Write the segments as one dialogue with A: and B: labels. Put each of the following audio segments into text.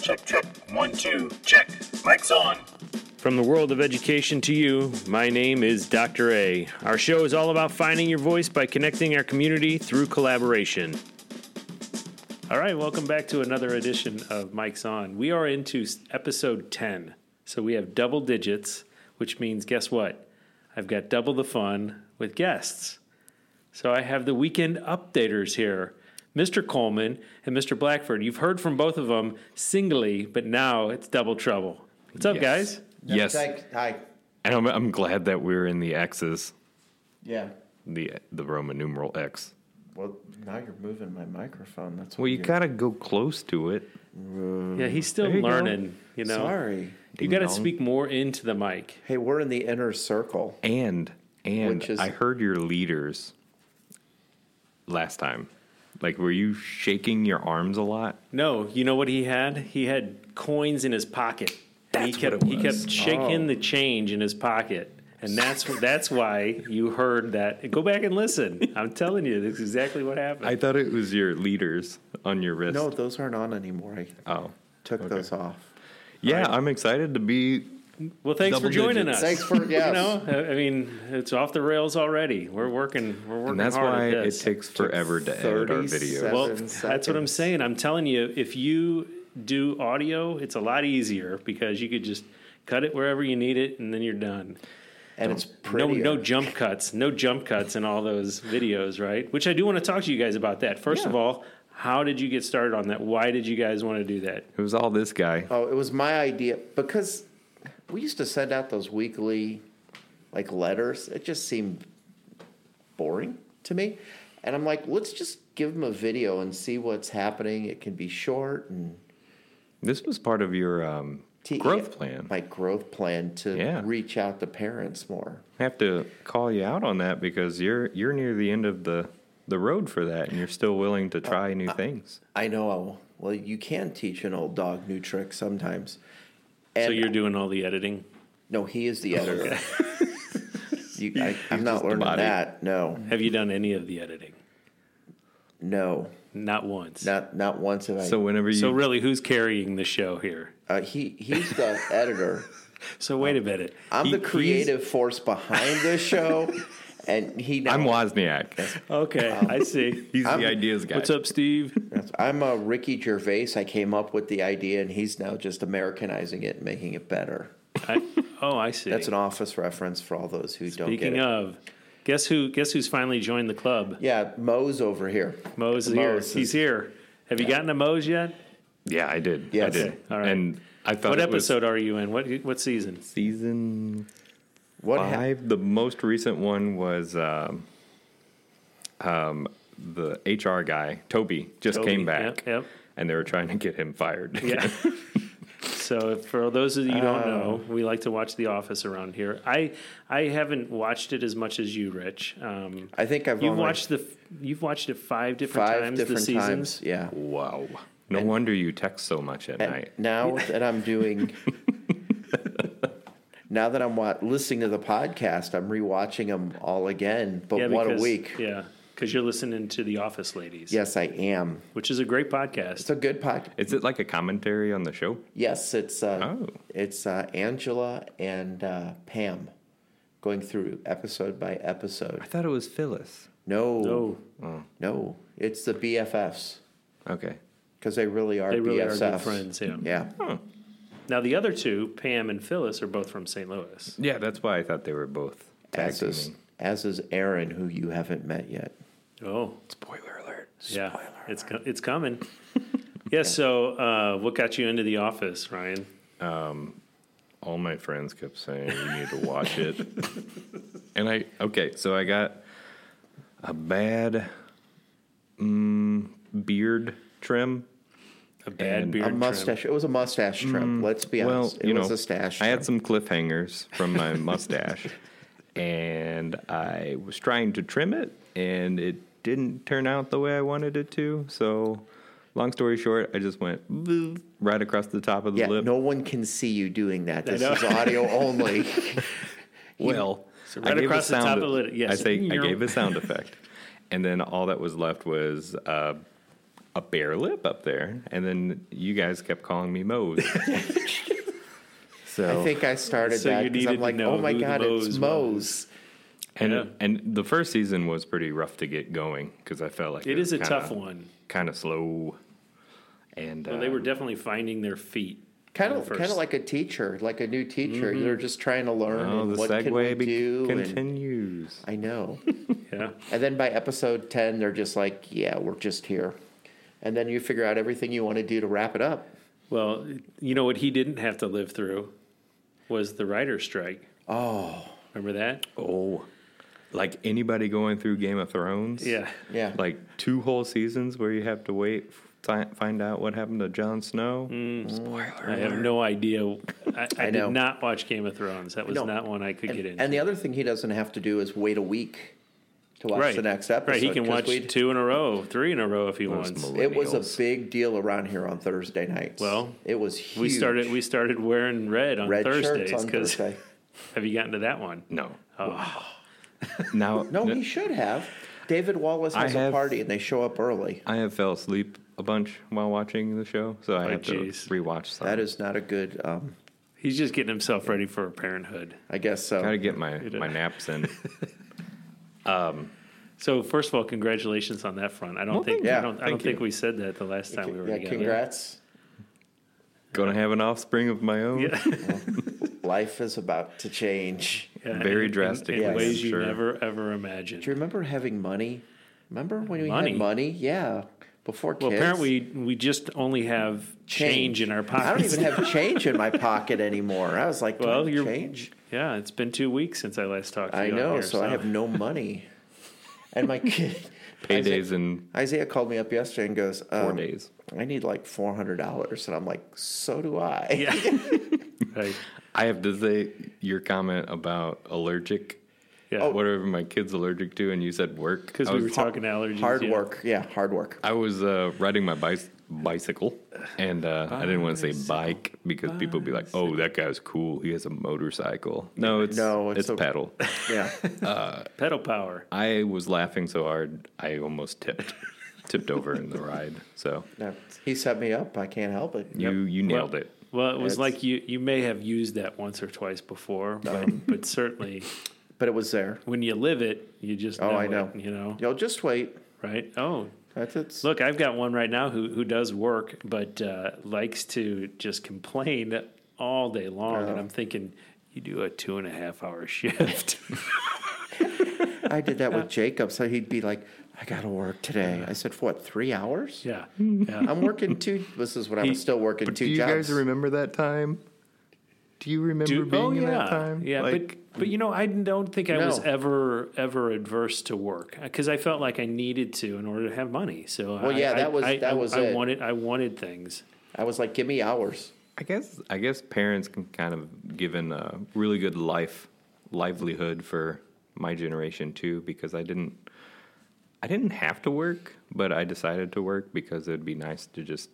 A: Check, check. One, two, check. Mic's on.
B: From the world of education to you, my name is Dr. A. Our show is all about finding your voice by connecting our community through collaboration. All right, welcome back to another edition of Mike's On. We are into s- episode 10. So we have double digits, which means guess what? I've got double the fun with guests. So I have the weekend updaters here. Mr. Coleman and Mr. Blackford, you've heard from both of them singly, but now it's double trouble. What's up,
C: Yes.
B: guys?
C: Yes, and
D: Take- Hi.
C: I'm, I'm glad that we're in the X's,
D: Yeah.
C: the the Roman numeral X.
D: Well, now you're moving my microphone. That's
C: Well, you
D: weird.
C: gotta go close to it.
B: Yeah, he's still
C: There you go.
B: learning. You know,
D: Sorry.
B: you got to
C: Ding-dong.
B: speak more into the mic.
D: Hey, we're in the inner circle.
C: And and
D: Which is-
C: I heard your leaders last time. Like, were you shaking your arms a lot?
B: No, you know what he had? He had coins in his pocket. And
C: That's
B: he kept
C: what it
B: he
C: was. Oh.
B: kept shaking the change in his pocket. And that's wh- that's why you heard that. Go back and listen. I'm telling you, that's exactly what happened.
C: I thought it was your leaders on your wrist.
D: No, those aren't on anymore. I
C: Oh.
D: took those off.
C: Yeah, I'm excited to be.
B: well, thanks for
C: double
B: joining
C: digits.
B: us.
D: Thanks for-
B: You
D: yes.
B: know, I- I mean, it's off the rails already. We're working. We're working
C: And that's
B: hard
C: why
B: at
C: it
B: this.
C: takes forever to edit our
D: 30
C: video.
D: sec-
B: Well,
D: seven
B: that's what I'm
D: seconds.
B: saying. I'm telling you, if you do audio, it's a lot easier because you could just cut it wherever you need it, and then you're done.
D: And it's
B: No,
D: pretty.
B: no jump cuts, no jump cuts in all those videos, right? Which I do want to talk to you guys about that. First of all, how did you get started on that? Why did you guys want to do that?
C: It was all this guy.
D: Oh, it was my idea because we used to send out those weekly like letters. It just seemed boring to me. And I'm like, let's just give them a video and see what's happening. It can be short and
C: This was part of your um,
D: T- E
C: growth plan.
D: My growth plan to
C: Yeah.
D: reach out to parents more.
C: I have to call you out on that because you're you're near the end of the the road for that, and you're still willing to try new things.
D: I know. Well, you can teach an old dog new tricks sometimes. And
B: So you're doing all the editing.
D: no, he is the editor. you, I, I'm
C: just
D: not
C: the
D: learning
C: body.
D: that. No,
B: Have you done any of the editing?
D: no,
B: Not once.
D: not not once have I.
C: So whenever you
B: So really, who's carrying the show here?
D: uh, he he's the editor.
B: So wait a minute.
D: I'm
C: He-
D: the
C: he's-
D: creative force behind this show, and he. Now,
C: I'm Wozniak,
B: Okay,
D: um,
B: I see.
C: he's
D: I'm-
C: the ideas guy.
B: What's up, Steve?
D: I'm a Ricky Gervais. I came up with the idea, and he's now just Americanizing it, and making it better.
B: I, oh, I see.
D: That's an office reference for all those who don't get
B: Speaking
D: it.
B: of, guess who? Guess who's finally joined the club?
D: Yeah, Moe's over here.
B: Mo's
D: Moe's
B: here.
D: is-
B: He's here. Have you gotten to Mo's yet?
C: Yeah, I did.
D: Yes.
C: I did.
D: Okay,
B: all right.
C: And I thought
B: What
C: it was
B: episode are you in? What what season?
C: season
D: What hap-
C: five. The most recent one was um, um, the HR guy Toby just
B: Toby,
C: came back,
B: yep, yep.
C: and they were trying to get him fired.
B: Yeah. so for those of you who
D: Oh.
B: don't know, we like to watch The Office around here. I I haven't watched it as much as you, Rich. Um,
D: I think I've
B: you've
D: only-
B: watched the you've watched it five different
D: five
B: times
D: different
B: the seasons.
D: times. Yeah.
C: wow. No wonder you text so much at
D: And
C: night.
D: now that I'm doing, now that I'm wa- listening to the podcast, I'm rewatching them all again. But
B: Yeah,
D: what
B: because-
D: a week!
B: Yeah, because you're listening to The Office Ladies.
D: Yes, I am.
B: which is a great podcast.
D: It's a good podcast.
C: Is it like a commentary on the show?
D: Yes, it's uh,
C: Oh.
D: it's uh, Angela and uh, Pam going through episode by episode.
C: I thought it was Phyllis.
D: No,
B: No.
D: no, it's the BFFs
C: Mm, Okay.
D: because they really are
B: They really
D: BFFs.
B: are good friends. Yeah.
D: Yeah.
C: Hmm.
B: Now the other two, Pam and Phyllis, are both from St. Louis.
C: Yeah, that's why I thought they were both tag
D: As is,
C: teaming.
D: as is Aaron, who you haven't met yet.
B: Oh,
C: Spoiler alert.
B: yeah, it's co- it's coming. yeah. So, uh, what got you into the office, Ryan?
C: All my friends kept saying you need to watch it. and I okay, so I got a bad mm, beard trim.
B: A bad
C: And-
B: beard.
D: A
B: trim.
D: mustache. It was a mustache trim. Let's be
C: Mm, well,
D: honest. It
C: you
D: was
C: know,
D: a stash.
C: I
D: trim.
C: had some cliffhangers from my mustache, and I was trying to trim it, and it didn't turn out the way I wanted it to. So, long story short, I just went "Boo," right across the top of the
D: yeah,
C: lip.
D: no one can see you doing that. This
B: know.
D: is audio only.
C: well,
B: right across the
C: sound
B: top of the lip, yes.
C: I say I
B: Meow.
C: gave a sound effect, and then all that was left was uh, a bare lip up there, and then you guys kept calling me Mose. so
D: I think I started
B: So you
D: that because
B: needed
D: I'm
B: to
D: like,
B: know
D: oh my
B: who the
D: god, it's
B: Moes
D: Moe's.
C: and
B: Yeah.
C: and the first season was pretty rough to get going because I felt like
B: It is a tough one.
C: kind of slow. And
B: Well,
C: uh,
B: they were definitely finding their feet.
D: Kind of,
B: First. Mm-hmm.
D: kind of like a teacher, like a new teacher. They're just trying to learn
C: oh,
D: and
C: the
D: what can we
C: segue be-
D: do. and-
C: continues.
D: I know.
B: Yeah.
D: and then by episode ten, they're just like, yeah, we're just here. And then you figure out everything you want to do to wrap it up.
B: Well, you know what he didn't have to live through was the writer's strike.
D: Oh,
B: Remember that?
C: Oh, like anybody going through Game of Thrones?
B: Yeah.
D: yeah.
C: Like two whole seasons where you have to wait, fi- find out what happened to Jon Snow.
B: Mm.
C: Spoiler.
B: I have no idea. I, I,
D: I
B: did
D: know.
B: not watch Game of Thrones. That was
D: No.
B: not one I could
D: and,
B: get into.
D: and the other thing he doesn't have to do is wait a week to watch the next episode.
B: Right, he can
D: 'cause
B: watch
D: we'd-
B: two in a row, three in a row if he
C: Those
B: wants.
C: mil-
D: It was
C: millennials.
D: a big deal around here on Thursday nights.
B: Well,
D: it was huge.
B: We started we started wearing red on
D: red
B: Thursdays
D: shirts on
B: because
D: Thursday.
B: have you gotten to that one?
C: No.
B: Oh.
C: now,
D: No, he should have. David Wallace
C: I
D: has a
C: have-
D: party and they show up early.
C: I have fell asleep a bunch while watching the show, so I
B: Oh,
C: have
B: jeez.
C: to rewatch some.
D: That is not a good. Um,
B: He's just getting himself ready for parenthood.
D: I guess so.
C: Gotta get my,
B: It-
C: my naps in.
B: So first of all, congratulations on that front. I don't
C: Well,
B: think
D: thank you.
B: I don't, I
C: Thank
B: don't think
C: you.
B: we said that the last time we were
D: yeah,
B: together.
D: congrats.
C: Gonna have an offspring of my own.
B: Yeah.
D: Life is about to change.
B: Yeah,
C: Very
B: in- in-
C: drastically,
B: in,
D: I'm
B: ways you
C: sure.
B: never ever imagined.
D: Do you remember having money? Remember when we
B: Money?
D: had money? Yeah, before kids.
B: Well, apparently we just only have change, in our pockets.
D: I don't even have change in my pocket anymore. I was like, do I
B: Well,
D: have
B: you're-
D: change?
B: yeah, it's been two weeks since I last talked to
D: I
B: you. on
D: know,
B: here,
D: so, I have no money. And my kid,
C: Paydays in
D: Isaiah called me up yesterday and goes, um,
C: four days.
D: I need like four hundred dollars, and I'm like, so do I.
B: yeah. right.
C: I have to say your comment about allergic,
B: Yeah.
D: Oh,
C: whatever my kid's allergic to, and you said work.
B: because
C: I
B: Oh. we
C: was
B: were talking allergies.
D: Hard
B: yeah.
D: work, yeah, hard work.
C: I was uh, riding my bice- bicycle, and uh, I didn't want to say bike because people would be like, "Oh, that guy's cool. He has a motorcycle." No, it's
D: No,
C: it's,
D: it's a-
C: pedal.
D: Yeah,
B: Pedal power.
C: I was laughing so hard I almost tipped, tipped over in the ride. So
D: No, he set me up. I can't help it.
C: you you nailed it.
B: Well, it was
D: It's-
B: like you you may have used that once or twice before, but, but certainly
D: But it was there.
B: when you live it, you just
D: Oh,
B: know
D: I know.
B: It, you know
D: Yo, just wait.
B: right? Oh,
D: That's it's.
B: look, I've got one right now who who does work but uh, likes to just complain all day long,
D: Oh.
B: and I'm thinking. You do a two and a half hour shift.
D: I did that with Jacob, so he'd be like, "I gotta work today." I said, "For what? Three hours?"
B: yeah. yeah.
D: I'm working two. This is when I was still working
C: But
D: two
C: do you
D: jobs.
C: guys remember that time? Do you remember
B: Do-
C: being
B: oh,
C: in
B: yeah.
C: that time?
B: Yeah.
C: like
B: but, but, you know, I don't think I was
D: No.
B: ever, ever adverse to work because I felt like I needed to in order to have money. So,
D: Well,
B: I,
D: yeah, that
B: I-
D: was-
B: I,
D: that
B: I-
D: was
B: I
D: it.
B: wanted, I wanted things.
D: I was like, "Give me hours."
C: I guess I guess parents can kind of given a really good life livelihood for my generation too because I didn't I didn't have to work, but I decided to work because it'd be nice to just.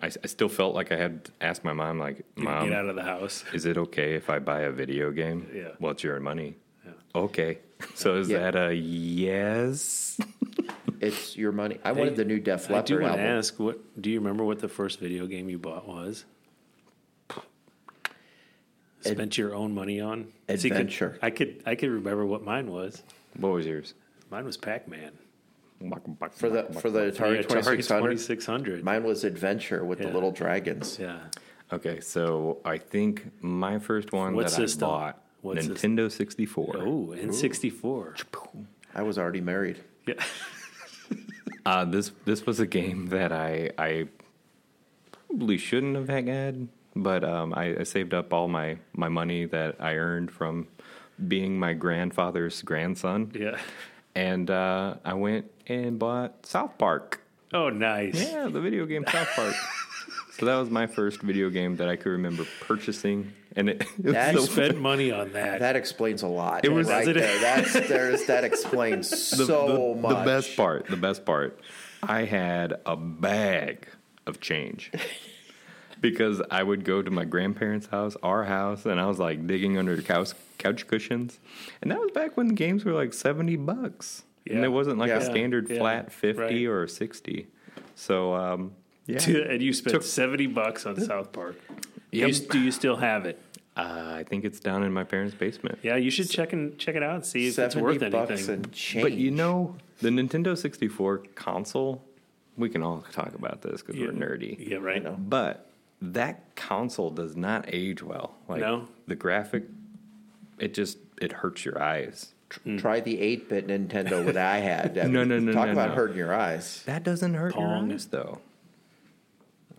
C: I, I still felt like I had to ask my mom like,
B: Get
C: "Mom,
B: out of the house.
C: is it okay if I buy a video game?
B: Yeah.
C: Well, it's your money. Okay. So is
D: Yeah.
C: that a yes?
D: It's your money. I wanted the new Def
B: I do
D: Leppard
B: want to
D: album.
B: ask, what do you remember what the first video game you bought was?
D: Ad-
B: Spent your own money on See, could-
D: Adventure.
B: I could, I could remember what mine was.
C: What was yours?
B: Mine was Pac Man.
D: for the for the Atari Twenty Six Hundred.
B: 2600.
D: Mine was Adventure with
B: Yeah.
D: the little dragons.
B: Yeah.
C: Okay, so I think my first one
B: What
C: that
B: system?
C: I bought
B: What system?
C: Nintendo 64.
B: Oh, and 64.
D: I was already married.
B: Yeah.
C: Uh, this this was a game that I I probably shouldn't have had, but um, I, I saved up all my my money that I earned from being my grandfather's grandson,
B: Yeah.
C: and uh, I went and bought South Park.
B: Oh, nice.
C: Yeah, the video game South Park. so that was my first video game that I could remember purchasing, and it, it was
D: That's
B: You spent money on that.
D: That explains a lot.
C: It was-
D: right
B: Does it-
D: there. That's there's that explains so
C: the,
D: much.
C: The best part, the best part, I had a bag of change because I would go to my grandparents' house, our house, and I was like digging under the couch, couch cushions. And that was back when games were like 70 bucks.
B: Yeah.
C: And it wasn't like
D: Yeah.
C: a standard
B: Yeah.
C: flat 50
B: Right.
C: or 60. So um, yeah,
B: and you spent
C: Took-
B: seventy bucks on South Park.
C: Yep.
B: You, do you still have it?
C: uh, I think it's down in my parents' basement.
B: Yeah, you should check and check it out and see if it's
D: Seventy
B: worth
D: bucks
B: anything.
D: and change.
C: But you know, the Nintendo 64 console, we can all talk about this because we're
B: Yeah.
C: nerdy.
B: yeah, right.
D: know.
C: But that console does not age well. Like
B: No?
C: the graphic, it just it hurts your eyes.
D: try the eight bit Nintendo that I had. I
C: hmm. No, no, no,
D: Talk
C: no,
D: about
C: no.
D: hurting your eyes.
C: That doesn't hurt
B: Pong.
C: your eyes though.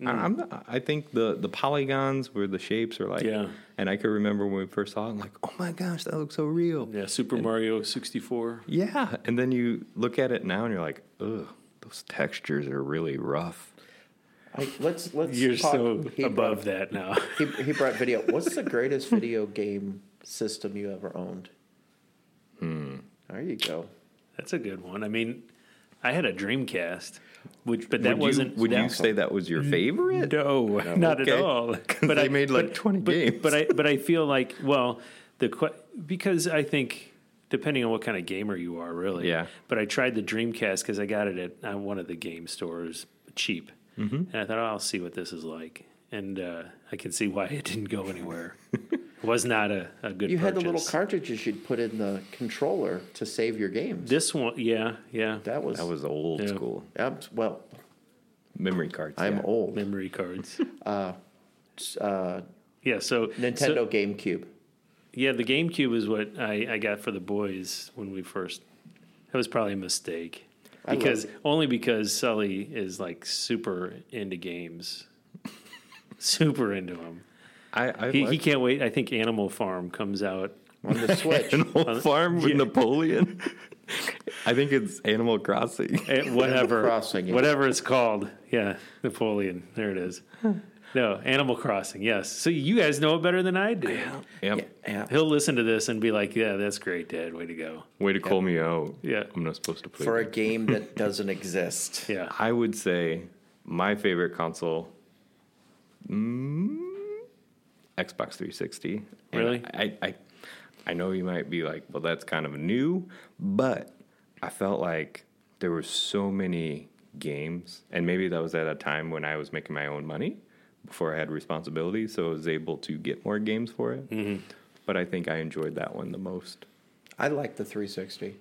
C: I- I'm not, I think the the polygons where the shapes are like.
B: Yeah.
C: And I could remember when we first saw it, I'm like, oh my gosh, that looks so real.
B: Yeah, Super Mario sixty four.
C: Yeah, and then you look at it now and you're like, ugh, those textures are really rough.
D: Like, let's let's.
B: You're
D: talk-
B: so
D: he
B: above that now.
D: Brought, he, he brought video. What's the greatest video game system you ever owned? Hmm. There you go.
B: That's a good one. I mean, I had a Dreamcast, which but
C: Would
B: that
C: you-
B: wasn't.
C: Would you
B: that-
C: say that was your favorite?
B: No, not
C: Oh, Okay.
B: at all.
C: 'Cause they made, like, 20
B: but,
C: games.
B: But I but I feel like well the que- because I think depending on what kind of gamer you are really
C: Yeah.
B: But I tried the Dreamcast because I got it at uh, one of the game stores cheap,
C: Mm-hmm.
B: and I thought oh, I'll see what this is like, and uh, I can see why it didn't go anywhere. It was not a, a good.
D: You had the little
B: purchase.
D: cartridges you'd put in the controller to save your games.
B: This one, yeah, yeah.
D: That was.
C: That was old
B: Yeah.
C: school
D: um, well,
C: memory cards.
D: I'm
C: yeah.
D: old.
B: Memory cards.
D: Uh,
B: yeah, so
D: Nintendo
B: so-
D: GameCube.
B: Yeah, the GameCube is what I, I got for the boys when we first. That was probably a mistake,
D: love
B: because
D: it.
B: only because Sully is like super into games, super into them.
C: I, I
B: He,
C: like
B: he can't wait. I think Animal Farm comes out.
D: On the Switch.
C: Animal Farm with
B: yeah.
C: Napoleon. I think it's Animal Crossing.
B: At whatever,
D: Crossing, yeah.
B: whatever it's called. Yeah, Napoleon. There it is. No, Animal Crossing. Yes. So you guys know it better than I do.
C: Yep.
D: Yeah.
B: He'll listen to this and be like, "Yeah, that's great, Dad. Way to go."
C: Way to call me out.
B: Yeah.
C: I'm not supposed to play.
D: For a
C: that.
D: game that doesn't exist.
B: Yeah.
C: I would say my favorite console, mm, Xbox 360. And
B: Really?
C: I, I, I know you might be like, well, that's kind of new, but I felt like there were so many games, and maybe that was at a time when I was making my own money before I had responsibilities, so I was able to get more games for it.
B: Mm-hmm.
C: But I think I enjoyed that one the most.
D: I like the 360.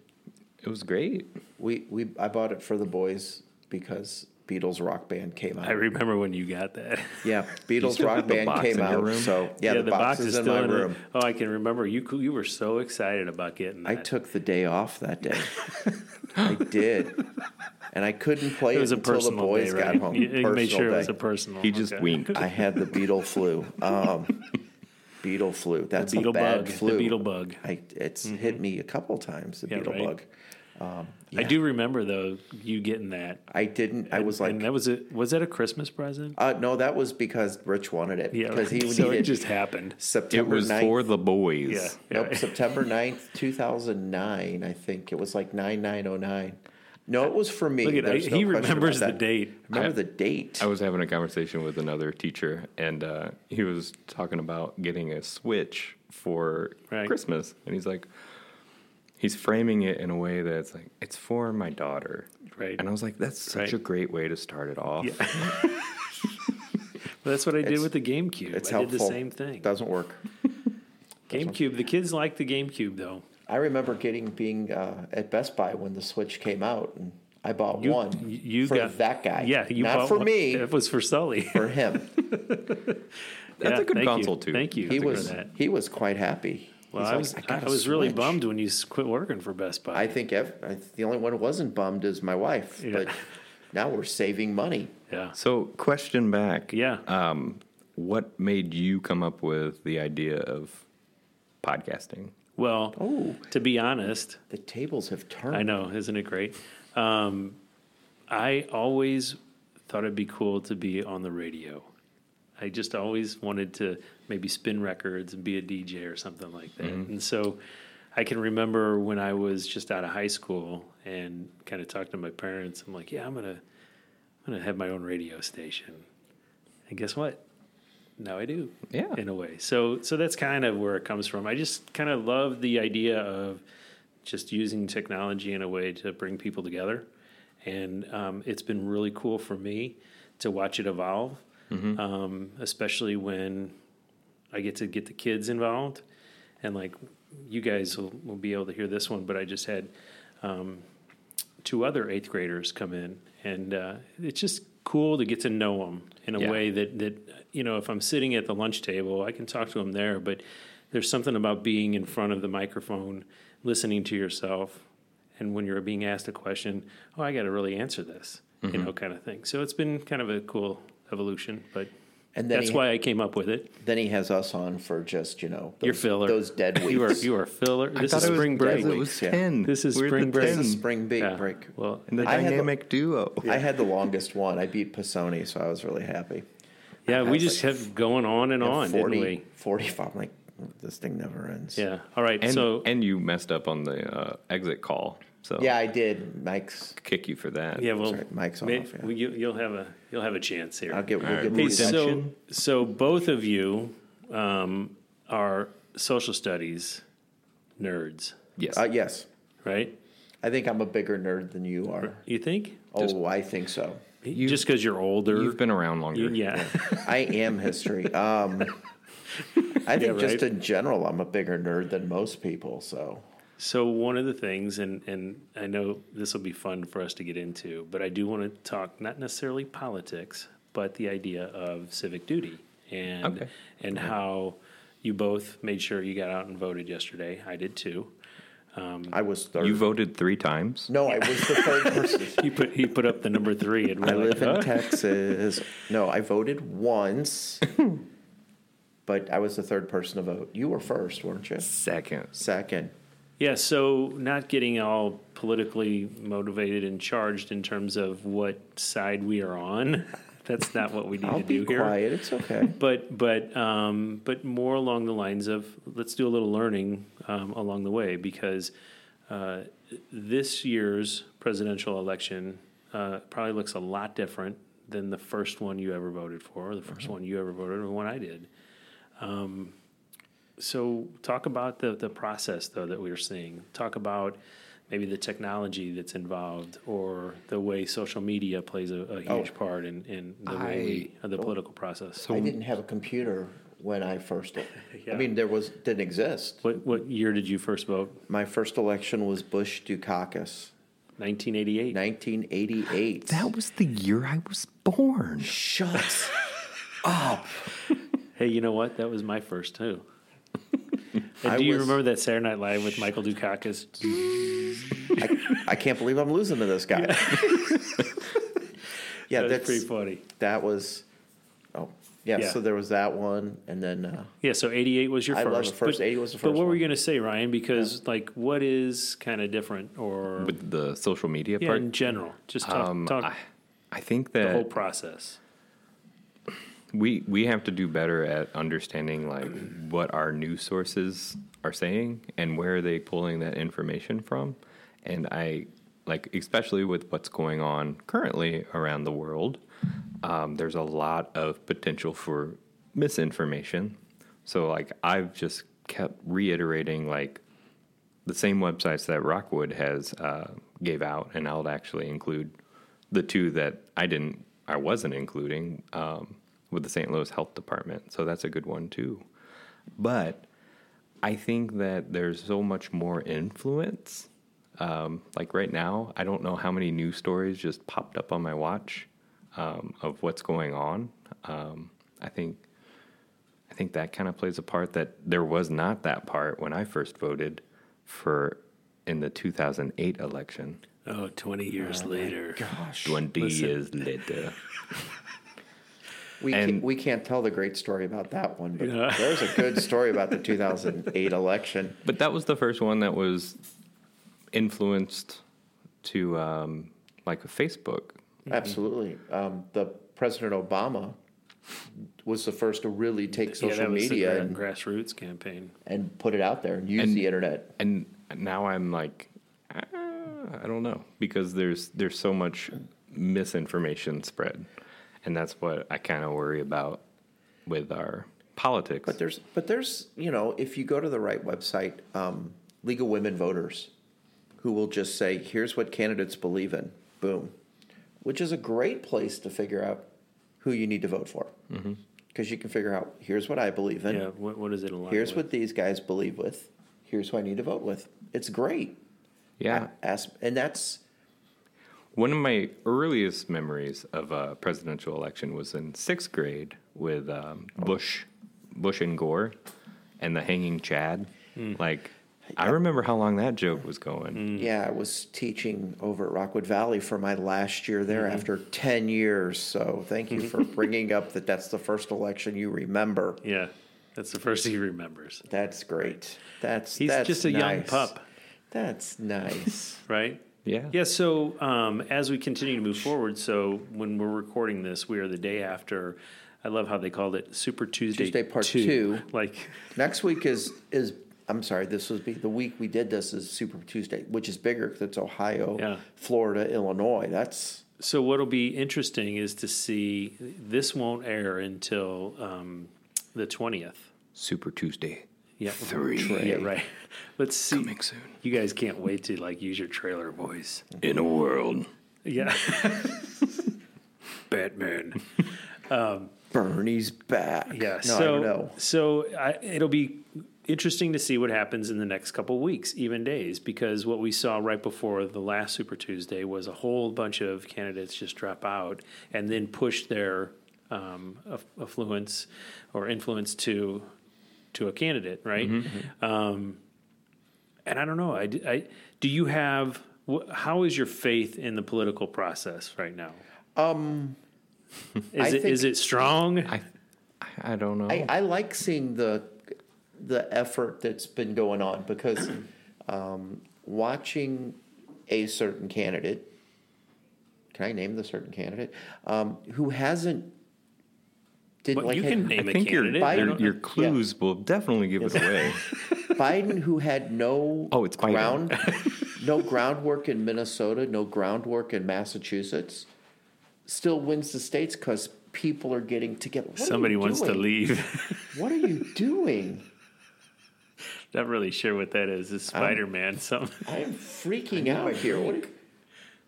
C: It was great.
D: We we I bought it for the boys because Beatles Rock Band came out.
B: I remember when you got that.
D: yeah, Beatles
C: still
D: Rock
C: have the
D: Band
C: box
D: came
C: in your
D: out.
C: room?
D: So yeah, the, box, is, in my
B: the-
D: room.
B: Oh, I can remember. You cou- you were so excited about getting that.
D: I took the day off that day. I did, and I couldn't play
B: it
D: it,
B: was a
D: until the
B: personal
D: boys
B: day,
D: got
B: right?
D: home.
B: You, you made
D: Personal
B: sure it
D: day.
B: was a personal.
C: He just
B: okay.
C: winked.
D: I had the beetle flu. Um, beetle flu. That's
B: Beetle
D: a bad
B: bug.
D: flu.
B: The beetle bug. Mm-hmm.
D: I, it's hit me a couple times. The
B: Yeah,
D: beetle
B: right.
D: bug. Um,
B: I do remember though you getting that.
D: I didn't. I was like,
B: and that was a was that a Christmas present?
D: uh, no, that was because Rich wanted it.
B: yeah,
D: because he
B: so
D: needed
B: it just happened.
C: It
D: September
C: was
D: 9th.
C: for the boys.
B: Yeah, yeah,
D: Nope,
B: right.
D: September 9th, 2009, I think. It was like 9909. No, it was for me.
B: Look at
D: There's
B: I-
D: no
B: he
D: question
B: remembers
D: about
B: the
D: that.
B: date.
D: Remember
C: I-
D: the date.
C: I was having a conversation with another teacher, and uh, he was talking about getting a Switch for
B: Right.
C: Christmas, and he's like, he's framing it in a way that's like, it's for my daughter,
B: Right.
C: And I was like, that's such
B: Right.
C: a great way to start it off.
B: Well, that's what I did
D: It's-
B: with the GameCube.
D: it's
B: I
D: helpful.
B: did the same thing.
D: Doesn't work.
B: GameCube. The kids like the GameCube though.
D: I remember getting being uh, at Best Buy when the Switch came out, and I bought
B: You,
D: one
B: you
D: for
B: got
D: that guy.
B: Yeah, you
D: not
B: bought
D: for
B: one.
D: me,
B: It was for Sully.
D: for him.
C: That's
B: Yeah,
C: a good
B: thank you.
C: console too.
B: Thank you.
D: He
B: for
D: was
B: that.
D: he was quite happy.
B: Well,
D: He's
B: I
D: like,
B: was I,
D: got a
B: was really
D: Switch."
B: bummed when you s- quit working for Best Buy.
D: I think ev- I, the only one who wasn't bummed is my wife.
B: Yeah.
D: But now we're saving money.
B: yeah.
C: So, question back.
B: Yeah.
C: Um, what made you come up with the idea of podcasting?
B: Well,
D: Oh.
B: to be honest,
D: The tables have turned.
B: I know, isn't it great? Um, I always thought it'd be cool to be on the radio. I just always wanted to maybe spin records and be a DJ or something like that.
D: Mm-hmm.
B: And so I can remember when I was just out of high school and kind of talked to my parents. I'm like, yeah, I'm gonna, I'm gonna have my own radio station. And guess what? Now I do.
C: Yeah.
B: In a way. So so that's kind of where it comes from. I just kind of love the idea of just using technology in a way to bring people together and um, it's been really cool for me to watch it evolve, um, especially when I get to get the kids involved, and like you guys will, will be able to hear this one. But I just had um, two other eighth graders come in, and uh, it's just cool to get to know them in a
C: Yeah.
B: way that that you know if I'm sitting at the lunch table, I can talk to them there, but there's something about being in front of the microphone, listening to yourself, and when you're being asked a question, oh, I got to really answer this,
C: Mm-hmm.
B: you know, kind of thing. So it's been kind of a cool evolution, but.
D: And then
B: That's
D: he,
B: why I came up with it.
D: then he has us on for just you know those,
B: Your filler.
D: those dead weeks.
B: You are you are filler. This is
C: it was-
B: spring break.
C: It was
D: Yeah.
C: 10.
B: This is
C: We're at
B: spring
C: the
B: break.
D: This
C: 10
D: is spring big
B: Yeah.
D: break.
B: Well,
C: in the
D: I had the-
C: dynamic duo.
D: I had the longest one. I beat Pisoni, so I was really happy.
B: yeah,
D: I
B: we
D: was
B: just
D: like,
B: kept going on and on, didn't we?
D: 45. I'm like, this thing never ends.
B: Yeah. All right.
C: And,
B: so
C: and you messed up on the uh, exit call. So
D: Yeah, I did. Mike's.
C: kick you for that.
B: yeah, well,
D: sorry, mic's
B: may-
D: off, yeah.
B: we- you, you'll have a you'll have a chance here.
D: I'll get. We'll
C: Alright,
D: get
B: Hey,
D: more
B: so
C: section.
B: so both of you um, are social studies nerds,
C: Yes.
D: Uh, yes,
B: right?
D: I think I'm a bigger nerd than you are.
B: You think?
D: Oh, I think so.
B: Just just because you're older,
C: You've been around longer.
B: you- yeah.
D: I am history. Um, I think
B: right.
D: just in general, I'm a bigger nerd than most people. So
B: So one of the things, and and I know this will be fun for us to get into, but I do want to talk not necessarily politics, but the idea of civic duty and
C: Okay.
B: and how you both made sure you got out and voted yesterday. I did too.
D: I was third.
C: You voted three times.
D: no, I was the third person.
B: You put he put up the number three, and we're
D: I
B: like,
D: live in
B: "Huh?"
D: Texas. No, I voted once, but I was the third person to vote. You were first, weren't you?
C: Second.
D: Second.
B: Yeah, so not getting all politically motivated and charged in terms of what side we are on. That's not what we need
D: I'll
B: to do
D: be
B: here.
D: quiet. It's okay.
B: but but um, but more along the lines of let's do a little learning um, along the way because uh, this year's presidential election uh, probably looks a lot different than the first one you ever voted for, or the 1st one you ever voted, or the one I did. Um, so talk about the the process though that we are seeing. Talk about maybe the technology that's involved or the way social media plays a, a huge part in, in the way we, of the political process.
D: I didn't have a computer when I first. e-,
B: Yeah.
D: I mean, there was didn't exist.
B: What what year did you first vote?
D: My first election was Bush Dukakis,
B: 1988.
D: 1988.
C: That was the year I was born.
D: Shucks.
B: Hey, you know what? That was my first too. and
D: I
B: do you
D: was-
B: remember that Saturday Night Live with Michael Dukakis?
D: I, I can't believe I'm losing to this guy. yeah,
B: That was
D: that's
B: pretty funny.
D: that was. Oh yeah,
B: Yeah.
D: so there was that one, and then uh,
B: Yeah, so 88 was your
D: I
B: first.
D: love the first.
B: But,
D: 88 was the
B: But what
D: first
B: were
D: one.
B: you going to say, Ryan? Because like, what is kind of different, or
C: With the social media
B: yeah,
C: part.
B: in general, just talk,
C: um,
B: talk
C: I, I think
B: the whole
C: that
B: process.
C: we we have to do better at understanding like what our news sources are saying and where are they pulling that information from and i like especially with what's going on currently around the world um, there's a lot of potential for misinformation so like i've just kept reiterating like the same websites that Rockwood has uh, gave out, and I'll actually include the two that I didn't, I wasn't including um, with the St. Louis Health Department. So that's a good one too. But I think that there's so much more influence. Um, like right now, I don't know how many news stories just popped up on my watch um, of what's going on. Um, I think I think that kind of plays a part that there was not that part when I first voted for in the 2008 election.
B: Oh, 20 years later.
C: Twenty years later,
D: We
C: And-
D: can't, we can't tell the great story about that one, but there's a good story about the 2008 election.
C: but that was the first one that was influenced to um, like Facebook.
B: Mm-hmm.
D: Absolutely, um, the President Obama was the first to really take
B: Yeah,
D: social
B: that was
D: media
B: the
D: and,
B: gra- grassroots campaign.
D: and put it out there and use
C: And-
D: the internet.
C: and now I'm like, ah, I don't know because there's there's so much misinformation spread, and that's what I kind of worry about with our politics.
D: But there's, but there's, you know, if you go to the right website, um, League of Women Voters, who will just say, "Here's what candidates believe in," Boom. Which is a great place to figure out who you need to vote for. Because you can figure out here's what I believe in,
B: Mm-hmm. Yeah, what, what is it align
D: here's
B: with?
D: what these guys believe with, here's who I need to vote with. It's great.
C: Yeah.
D: Ask, and that's
C: One of my earliest memories of a presidential election was in sixth grade with um, Bush, Bush and Gore, and the hanging Chad.
B: Hmm.
C: Like, I remember how long that joke was going.
B: Mm-hmm.
D: Yeah, I was teaching over at Rockwood Valley for my last year there
B: Mm-hmm.
D: after 10 years. So thank you for bringing up that that's the first election you remember.
B: Yeah, that's the first he remembers.
D: That's great. That's
B: He's
D: that's
B: just a young
D: nice.
B: pup,
D: That's nice.
B: right?
C: Yeah.
B: Yeah. So um, as we continue to move forward, so when we're recording this, we are the day after. I love how they called it Super Tuesday.
D: Tuesday Part Two.
B: Like,
D: Next week is is I'm sorry, this was be the week we did this is Super Tuesday, which is bigger because it's Ohio,
B: Yeah.
D: Florida, Illinois. That's
B: so what'll be interesting is to see this won't air until um, the twentieth.
C: Super Tuesday.
B: Yeah.
C: Three.
B: Yeah. Right. Let's see.
C: Coming soon.
B: You guys can't wait to like use your trailer voice.
C: In a world.
B: Yeah. Batman.
D: Bernie's back.
B: Yeah.
D: No,
B: so,
D: I don't know.
B: So I, it'll be interesting to see what happens in the next couple weeks, even days, because what we saw right before the last Super Tuesday was a whole bunch of candidates just drop out and then push their um, aff- affluence or influence to to a candidate, right?
D: Mm-hmm.
B: Um, and I don't know. I, I- do you have wh- how is your faith in the political process right now? Um, is
D: I
B: it is
D: think-
B: it strong?
C: I, I don't know.
D: I, I like seeing the the effort that's been going on because um, watching a certain candidate. Can I name the certain candidate um, who hasn't? Did
B: but
D: like
B: you
D: had-
B: can name
C: I
B: a
C: think your,
B: candidate. I
C: your,
B: don't-
C: your clues will definitely give it away.
D: Biden who had no
C: Oh, it's Biden.
D: ground, no groundwork in Minnesota, no groundwork in Massachusetts, still wins the states because people are getting together. What are you
B: Somebody wants to
D: doing?
B: leave.
D: What are you doing?
B: Not really sure what that is. It's Spider Man something.
D: I am freaking out here. What are, you-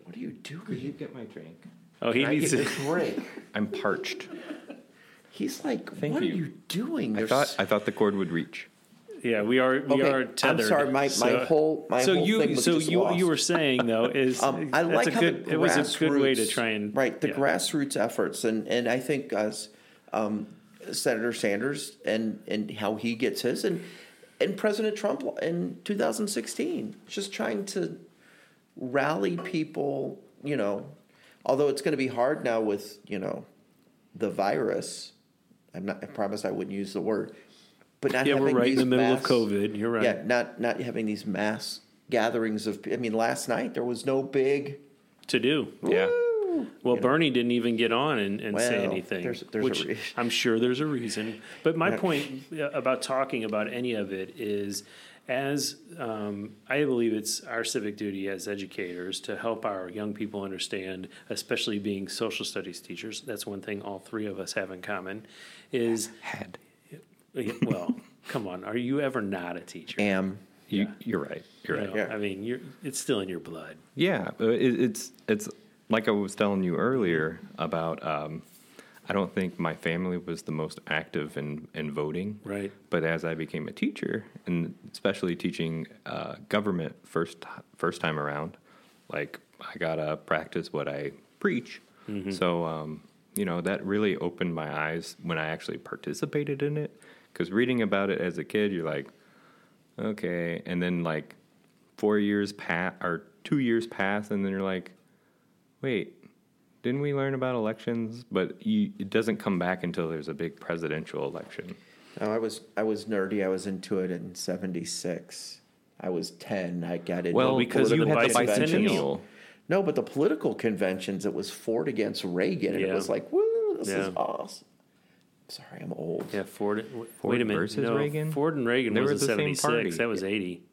D: what are you doing?
C: get my drink?
B: Oh, he
D: Can I
B: needs
D: get
B: to.
D: a break.
C: I'm parched.
D: He's like, what
C: you.
D: are you doing?
C: I
D: There's-
C: thought, I thought the cord would reach.
B: Yeah, we are. We
D: Okay,
B: are
D: I'm
B: tethered.
D: sorry, my- my whole- my
B: so
D: whole
B: you
D: thing was
B: so
D: just
B: you
D: lost.
B: you were saying though is
D: um, I
B: that's
D: like
B: a
D: how
B: good
D: the
B: it was a good way to
D: grassroots-
B: try and
D: right the
B: yeah.
D: grassroots efforts and and I think as um, Senator Sanders and and how he gets his and and President Trump in 2016 just trying to rally people you know although it's going to be hard now with you know the virus I'm not I promised I wouldn't use the word but not
B: Yeah, we're
D: having
B: right in
D: these
B: the middle of
D: mass-
B: COVID. You're right.
D: yeah not not having these mass gatherings of I mean last night there was no big
B: to do.
C: Yeah.
B: Well, Bernie didn't even get on and, and say
D: Well,
B: anything,
D: there's- there's a
B: which
D: reason.
B: I'm sure there's a reason. But my point uh, about talking about any of it is, as um, I believe it's our civic duty as educators to help our young people understand, especially being social studies teachers. That's one thing all three of us have in common, is
C: Had.
B: well, come on, are you ever not a teacher?
D: am
C: You, You're right. You're
B: You
C: right.
B: know,
D: Yeah.
B: I mean, you're, it's still in your blood.
C: Yeah, uh, it, it's it's like I was telling you earlier about. Um, I don't think my family was the most active in in voting.
B: Right.
C: But as I became a teacher, and especially teaching uh, government first ti- first time around, like I gotta practice what I preach. So um, you know that really opened my eyes when I actually participated in it. Because reading about it as a kid, you're like, okay, and then like four years pass or two years pass, and then you're like, wait, didn't we learn about elections? But you, it doesn't come back until there's a big presidential election.
D: No, Oh, I was I was nerdy. I was into it in '76. I was ten. I got into
C: Well,
D: the
C: because you
D: political
C: had the
D: conventions.
C: bicentennial.
D: No, but the political conventions. It was Ford against Reagan, and
B: Yeah.
D: it was like, woo, this
B: Yeah.
D: is awesome. Sorry, I'm old.
B: Yeah, Ford. w-
C: Ford
B: wait a minute.
C: versus
B: no,
C: Reagan?
B: Ford and Reagan
C: They were
B: was in
C: the same party.
B: '76. That was '80,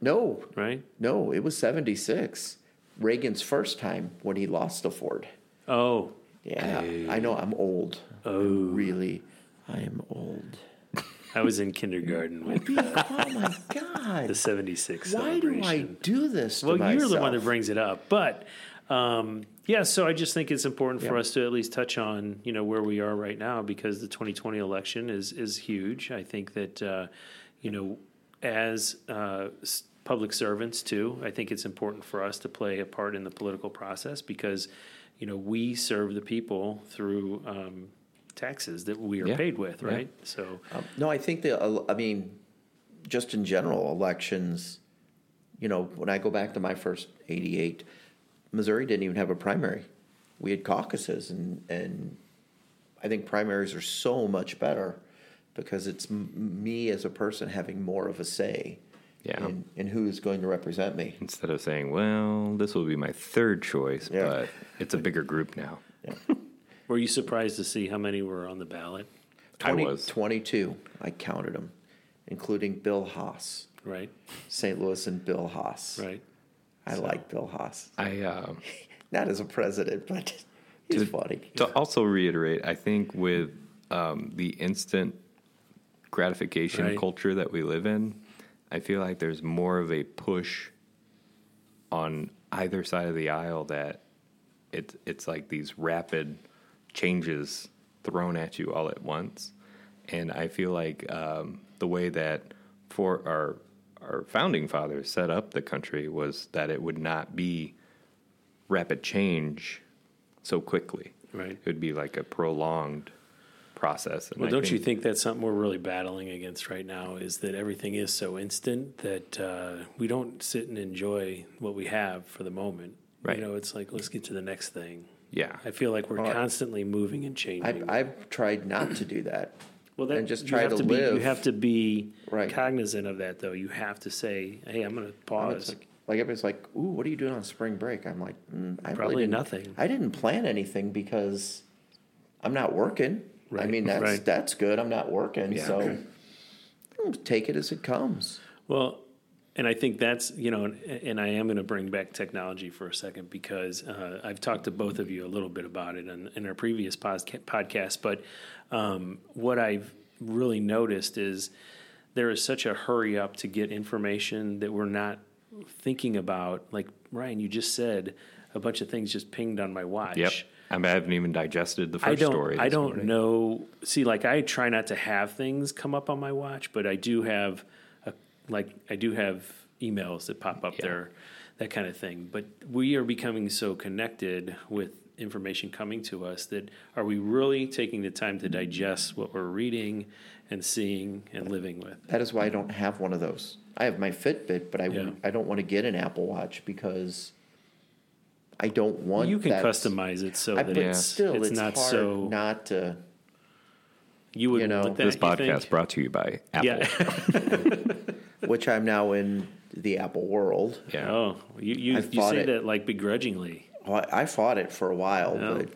D: No,
B: right?
D: no, it was '76. Reagan's first time when he lost to Ford.
B: Oh,
D: Yeah, I know. I'm old. Oh, really? I am old.
B: I was in kindergarten with uh,
D: oh my god!
B: the '76
D: Why do I
B: celebration.
D: do this? To
B: well, you're the one
D: myself?
B: that brings it up, but Um, yeah, so I just think it's important for
D: Yeah.
B: us to at least touch on you know where we are right now because the 2020 election is is huge. I think that uh, you know as uh, s- public servants too, I think it's important for us to play a part in the political process because you know we serve the people through um, taxes that we are
C: Yeah.
B: paid with,
C: Yeah.
B: right? So
D: Um, No, I think the, el- I mean, just in general, elections, you know, when I go back to my first 88, Missouri didn't even have a primary. We had caucuses, and, and I think primaries are so much better because it's m- me as a person having more of a say
C: Yeah.
D: in, in who's going to represent me.
C: Instead of saying, well, this will be my third choice,
D: Yeah.
C: but it's a bigger group now.
B: were you surprised to see how many were on the ballot?
C: I was.
D: 22, I counted them, including Bill Haas,
B: Right,
D: St. Louis and Bill Haas.
B: right.
D: I like Bill Haas.
C: I um,
D: Not as a president, but he's
C: To-
D: funny.
C: to also reiterate, I think with um, the instant gratification
B: Right.
C: culture that we live in, I feel like there's more of a push on either side of the aisle that it's it's like these rapid changes thrown at you all at once, and I feel like um, the way that for our our founding fathers set up the country was that it would not be rapid change so quickly.
B: Right.
C: It would be like a prolonged process. And
B: Well,
C: I
B: don't you think that's something we're really battling against right now? Is that everything is so instant that uh, we don't sit and enjoy what we have for the moment.
C: Right.
B: You know, it's like let's get to the next thing.
C: Yeah.
B: I feel like we're constantly moving and
D: I've,
B: changing.
D: I've tried not to do that.
B: well, that,
D: and just
B: you
D: try
B: have
D: to
B: be, You
D: live.
B: have to be
D: Right.
B: cognizant of that, though. You have to say, "Hey, I'm going to
D: It's
B: pause."
D: like, like everybody's like, "Ooh, what are you doing on spring break?" I'm like, mm, I really
B: Probably
D: didn't-
B: nothing.
D: I didn't plan anything because I'm not working. I
B: Right,
D: mean, that's
B: right.
D: that's good. I'm not working,
C: Yeah.
D: so mm, take it as it comes.
B: Well, and I think that's you know, and, and I am going to bring back technology for a second because uh, I've talked to both of you a little bit about it in, in our previous posca- podcast. But um, what I've really noticed is there is such a hurry up to get information that we're not thinking about. Like Ryan, you just said a bunch of things just pinged on my watch.
C: Yep. I haven't even digested the first
B: I don't,
C: story.
B: I
C: this
B: don't
C: morning.
B: know. See, like I try not to have things come up on my watch, but I do have, a, like I do have emails that pop up there, that kind of thing. But we are becoming so connected with information coming to us that are we really taking the time to digest what we're reading and seeing and living with?
D: That is why I don't have one of those. I have my Fitbit, but I
B: Yeah.
D: I don't want to get an Apple Watch because I don't want.
B: You can
D: that-
B: customize it so
D: I,
B: that
D: but
B: it's
D: still,
B: it's,
D: it's,
B: not
D: hard
B: so
D: not to.
B: you would
D: you know,
B: want that,
C: This
B: you think?
C: podcast brought to you by Apple.
B: Yeah.
D: Which I'm now in the Apple world.
C: Yeah.
B: oh, you you,
D: I
B: you
D: fought
B: say
D: it.
B: that like begrudgingly.
D: Well, I I fought it for a while,
B: Yeah.
D: but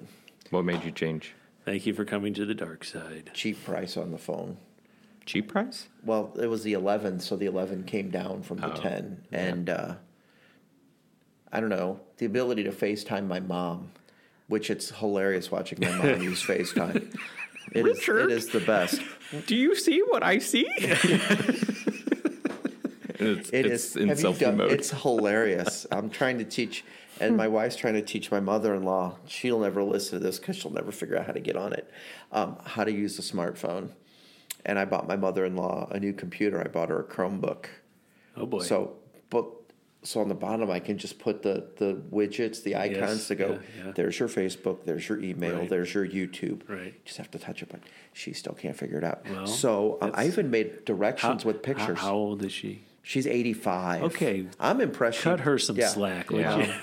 C: What made you change?
B: Thank you for coming to the dark side.
D: cheap price on the phone.
C: Cheap price?
D: Well, it was the 11, so the 11 came down from the 10. And uh, I don't know, the ability to FaceTime my mom, which it's hilarious watching my mom use FaceTime. It is, it
C: Richard.
D: is the best.
C: Do you see what I see? it's it's
D: It is-
C: in
D: have you
C: selfie
D: done-
C: mode.
D: It's hilarious. I'm trying to teach, and my wife's trying to teach my mother-in-law. She'll never listen to this because she'll never figure out how to get on it, um, how to use a smartphone. And I bought my mother-in-law a new computer. I bought her a Chromebook.
B: Oh boy.
D: So, but so on the bottom, I can just put the the widgets, the icons to go.
B: yeah, yeah.
D: There's your Facebook. There's your email.
B: Right.
D: There's your YouTube.
B: Right.
D: Just have to touch it, but she still can't figure it out.
B: Well,
D: so um, I even made directions with
B: how-
D: pictures.
B: How, old is she?
D: She's 85.
B: Okay.
D: I'm impressed.
B: Cut
D: she-
B: her some
D: yeah.
B: slack, would
C: Yeah.
B: you?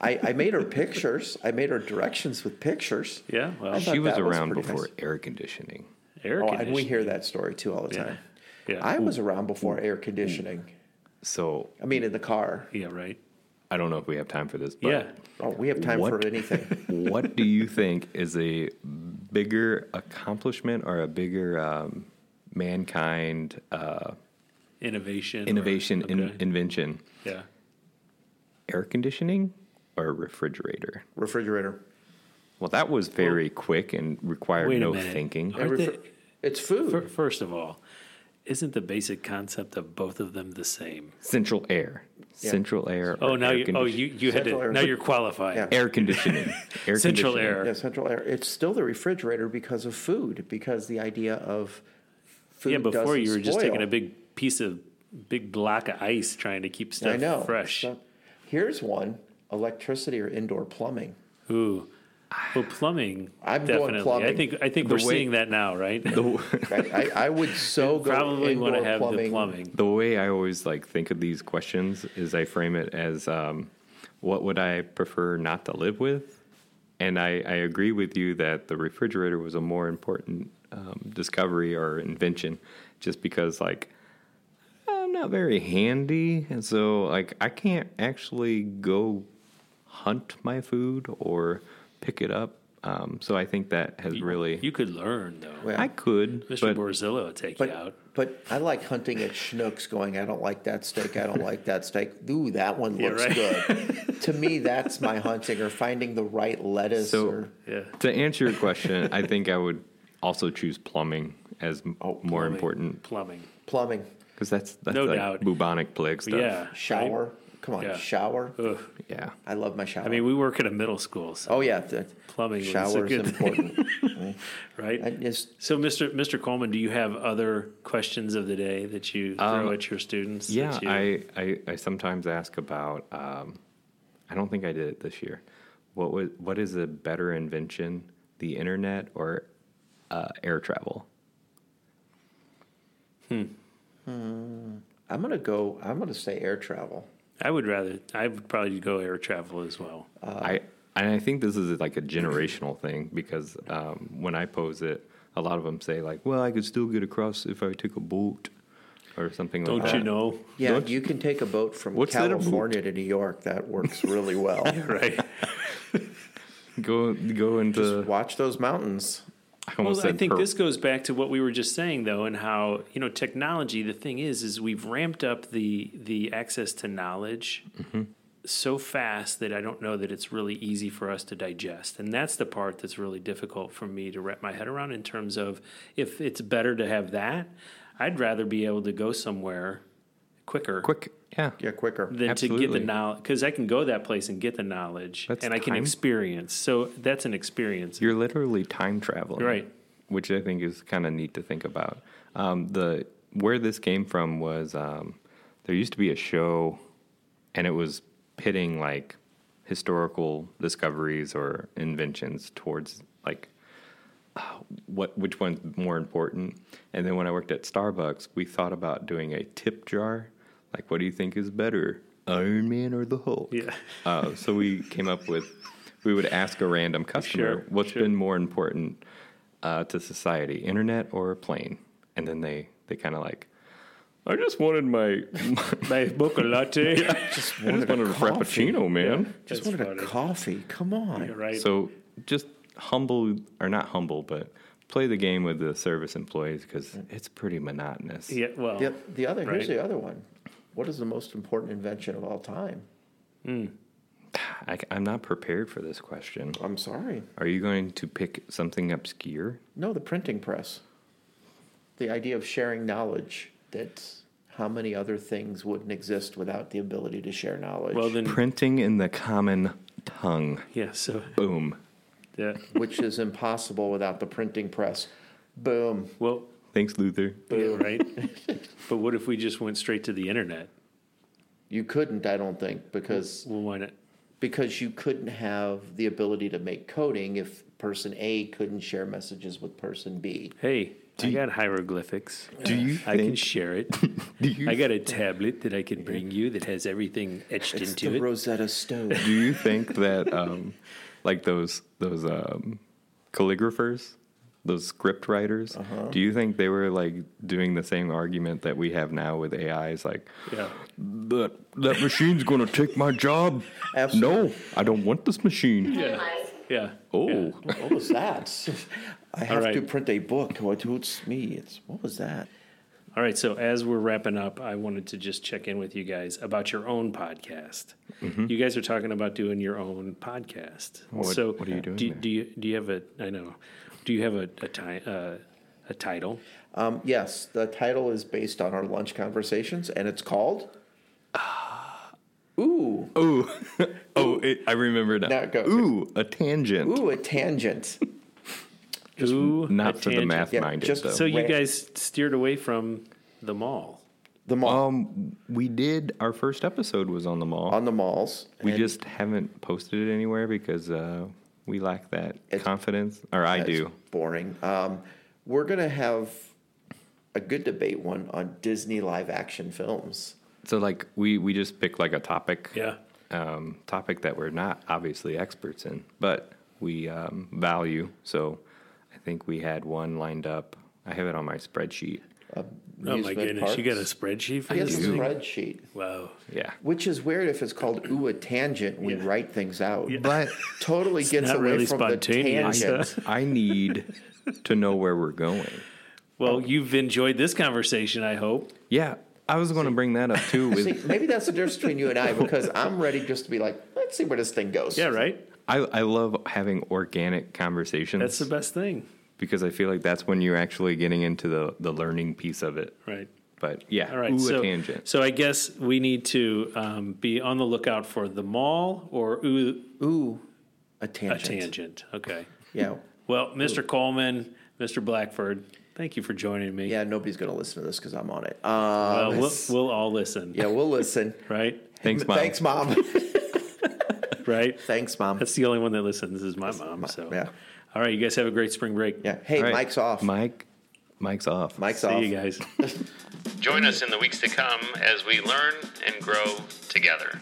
D: I, I made her pictures. I made her directions with pictures.
B: Yeah, well,
D: I
B: She
D: thought
C: she was
D: that
C: around
D: pretty
C: before
D: nice.
C: air conditioning.
B: Air
D: Oh, and we
B: conditioning.
D: hear that story too all the
B: Yeah.
D: time.
B: Yeah.
D: I was around before air conditioning.
C: So
D: I mean, in the car.
B: yeah, right.
C: I don't know if we have time for this, but
B: yeah.
D: Oh, we have time
C: What?
D: for anything.
C: what do you think is a bigger accomplishment or a bigger um, mankind uh,
B: Innovation. or-
C: innovation in,
B: okay.
C: invention
B: yeah.
C: air conditioning or a refrigerator
D: Refrigerator.
C: well that was very quick and required
B: Wait a
C: no
B: minute.
C: thinking
B: Aren't
D: Every-
B: they-
D: it's food.
B: fir- first of all, Isn't the basic concept of both of them the same?
C: Central air. Central air.
B: Oh,
C: or
B: now
C: air
B: you, oh,
C: condition-
B: you, you had
D: Central
B: to,
D: air.
B: now you're qualifying.
D: Yeah.
C: Air conditioning. Air
B: Central
C: conditioning.
B: air.
D: Yeah, central air. It's still the refrigerator because of food, because the idea of food.
B: Yeah, before
D: doesn't
B: you were just
D: spoil.
B: taking a big piece of big block of ice trying to keep stuff
D: I know.
B: fresh.
D: So here's one: electricity or indoor plumbing.
B: Ooh. Well, plumbing.
D: Ah. I'm going
B: definitely. I
D: plumbing.
B: think I think
C: The
B: we're
C: way-
B: seeing that now, right?
D: I, I, I would so go
B: Probably
D: indoor
B: want to have
D: plumbing.
B: the plumbing.
C: The way I always like think of these questions is I frame it as um, what would I prefer not to live with? And I, I agree with you that the refrigerator was a more important um, discovery or invention just because, like, I'm not very handy. And so, like, I can't actually go hunt my food or pick it up. Um, so I think that has really.
B: You could learn though.
D: Well,
C: I could,
B: Mr.
C: but
B: Borzillo will take
D: But,
B: you out.
D: but I like hunting at Schnucks going, I don't like that steak. I don't like that steak. Ooh, that one
B: Yeah,
D: looks good. to me, that's my hunting or finding the right lettuce.
C: So-
D: or,
B: Yeah.
C: To answer your question, I think I would also choose plumbing as m more
B: Oh, Plumbing.
C: important
B: plumbing.
D: plumbing,
C: because that's that's
B: No
C: like
B: doubt.
C: bubonic plague stuff.
B: Yeah.
D: shower. Come on,
B: Yeah.
D: shower.
B: Ugh.
C: yeah.
D: I love my shower.
B: I mean, we work at a middle school, so
D: oh, yeah. The
B: plumbing was a
D: shower
B: good
D: is important.
B: right?
D: Oh, I just,
B: so, Mr. Mr. Coleman, do you have other questions of the day that you throw at your students?
C: Um, Yeah,
B: that you-
C: I, I, I sometimes ask about. Um, I don't think I did it this year. What was what is a better invention, the internet or uh, air travel?
D: I'm going to go, I'm going to say air travel.
B: I would rather. I would probably go air travel as well.
C: I and I think this is like a generational thing because um, when I pose it, a lot of them say like, "Well, I could still get across if I took a boat." Or something
B: Don't
C: like that.
B: you know?
D: Yeah,
C: Don't-
D: you can take a boat from
C: What's that about?
D: California to New York. That works really well.
B: Right.
C: go go into
D: Just watch those mounins.
C: I
B: Well,
C: almost
B: I
C: said
B: think
C: per-
B: this goes back to what we were just saying, though, and how you know technology. The thing is, is we've ramped up the the access to knowledge
C: Mm-hmm.
B: so fast that I don't know that it's really easy for us to digest, and that's the part that's really difficult for me to wrap my head around in terms of if it's better to have that. I'd rather be able to go somewhere quicker,
C: quick yeah
D: Yeah, quicker.
B: than to get
C: Absolutely.
B: the knowledge because I can go that place and get the knowledge,
C: That's
B: and I can
C: time.
B: experience. So that's an experience.
C: you're literally time traveling
B: Right.
C: which I think is kind of neat to think about um, the where this came from was um, there used to be a show and it was pitting like historical discoveries or inventions towards like what which one's more important. And then when I worked at Starbucks, we thought about doing a tip jar. Like, what do you think is better, Iron Man or the Hulk?
B: Yeah.
C: Uh, so we came up with we would ask a random customer
B: Sure,
C: what's been more important uh, to society, internet or a plane, and then they they kind of like. I just wanted my,
B: My mocha latte.
C: I just wanted a frappuccino, man.
D: Just
B: That's
D: wanted a
B: funny.
D: coffee. Come on.
B: Right.
C: So just humble or not humble, but play the game with the service employees because it's pretty monotonous.
B: Yeah, well,
D: The, the other here's
B: Right.
D: the other one. What is the most important invention of all time?
C: I, am not prepared for this question.
D: I'm sorry.
C: Are you going to pick something obscure?
D: No, the printing press. The idea of sharing knowledge. That's how many other things wouldn't exist without the ability to share knowledge?
B: well then,
C: Printing in the common tongue.
B: yeah. So
C: Boom.
B: yeah.
D: which is impossible without the printing press. Boom.
B: Well,
C: Thanks, Luther.
B: yeah, right. but what if we just went straight to the internet?
D: You couldn't, I don't think, because
B: Well, why not?
D: because you couldn't have the ability to make coding if person A couldn't share messages with person B.
B: Hey, I got hieroglyphics.
C: Do you
B: I can
C: think-
B: share it.
C: Do you
B: I got a tablet that I can bring you that has everything etched
D: It's
B: into
D: the
B: it.
D: Rosetta Stone.
C: do you think that um, like those those um, calligraphers, those script writers,
D: Uh-huh.
C: do you think they were like doing the same argument that we have now with AIs? Like
B: yeah.
C: that that machine's going to take my job.
D: Absolutely.
C: No, I don't want this machine.
B: Yeah.
C: Oh,
B: Yeah.
D: What was that? I have
B: right.
D: to print a book. What hoots me? It's what was that?
B: All right. So as we're wrapping up, I wanted to just check in with you guys about your own podcast. You guys are talking about doing your own podcast.
C: Mm-hmm. What-
B: so
C: what are you doing
B: Do,
C: there?
B: do you do you have a? I know. Do you have a, a time uh, a title.
D: Um, yes, the title is based on our lunch conversations, and it's called. Ooh,
C: Ooh. oh, it, I remember now.
D: Now go.
C: Ooh, a tangent.
D: ooh, a tangent.
B: Ooh,
C: Not
B: a
C: for the
B: tangent.
C: math
D: Yeah,
C: minded,
D: just-
C: though.
B: So you
D: Right.
B: guys steered away from the mall.
D: The mall
C: um, we did, our first episode was on the mall.
D: on the malls.
C: we
D: and
C: just haven't posted it anywhere because uh, we lack that confidence. Or I
D: that's
C: do.
D: boring. Um, we're gonna have a good debate one on Disney live action films.
C: So, like, we, we just pick like a topic.
B: Yeah.
C: um, topic that we're not obviously experts in, but we um, value. So I think we had one lined up. I have it on my spreadsheet.
B: Oh my
D: Amusement
B: goodness, you got a
D: parks.
B: spreadsheet for
D: He has
B: this?
D: a
B: thing?
D: spreadsheet,
B: Wow.
C: Yeah.
D: which is weird if it's called ooh a tangent. We write things out.
C: But
D: Totally gets
B: not
D: away
B: really
D: from the
B: spontaneous.
D: tangent.
C: I need to know where we're going.
B: Well, you've enjoyed this conversation, I hope.
C: Yeah. I was going to bring that up too. With,
D: See, maybe that's the difference between you and I because I'm ready just to be like, let's see where this thing goes.
B: Yeah, right?
C: I, I love having organic conversations
B: That's the best thing.
C: because I feel like that's when you're actually getting into the, the learning piece of it.
B: Right.
C: But yeah,
B: All right.
C: ooh,
B: so,
C: a tangent.
B: so I guess we need to um, be on the lookout for the mall or ooh,
D: Ooh, a
B: a
D: tangent.
B: tangent. Okay.
D: Yeah.
B: Well, Mr. Coleman, Mr. Blackford, thank you for joining me. Uh,
D: Yeah, nobody's going to listen to this because I'm on it. Um,
B: Well, we'll,
D: it's-
B: we'll all listen.
D: yeah, we'll listen.
B: Right.
C: Thanks, Mom.
D: Thanks, Mom.
B: Right.
D: Thanks, Mom.
B: That's the only one that listens. Is my mom.
D: my-
B: so.
D: yeah.
B: All right. You guys have a great spring break.
D: yeah. Hey,
C: All right.
D: Mike's off.
C: Mike, Mike's off.
D: Mike's
B: See
D: off.
B: you guys.
E: Join us in the weeks to come as we learn and grow together.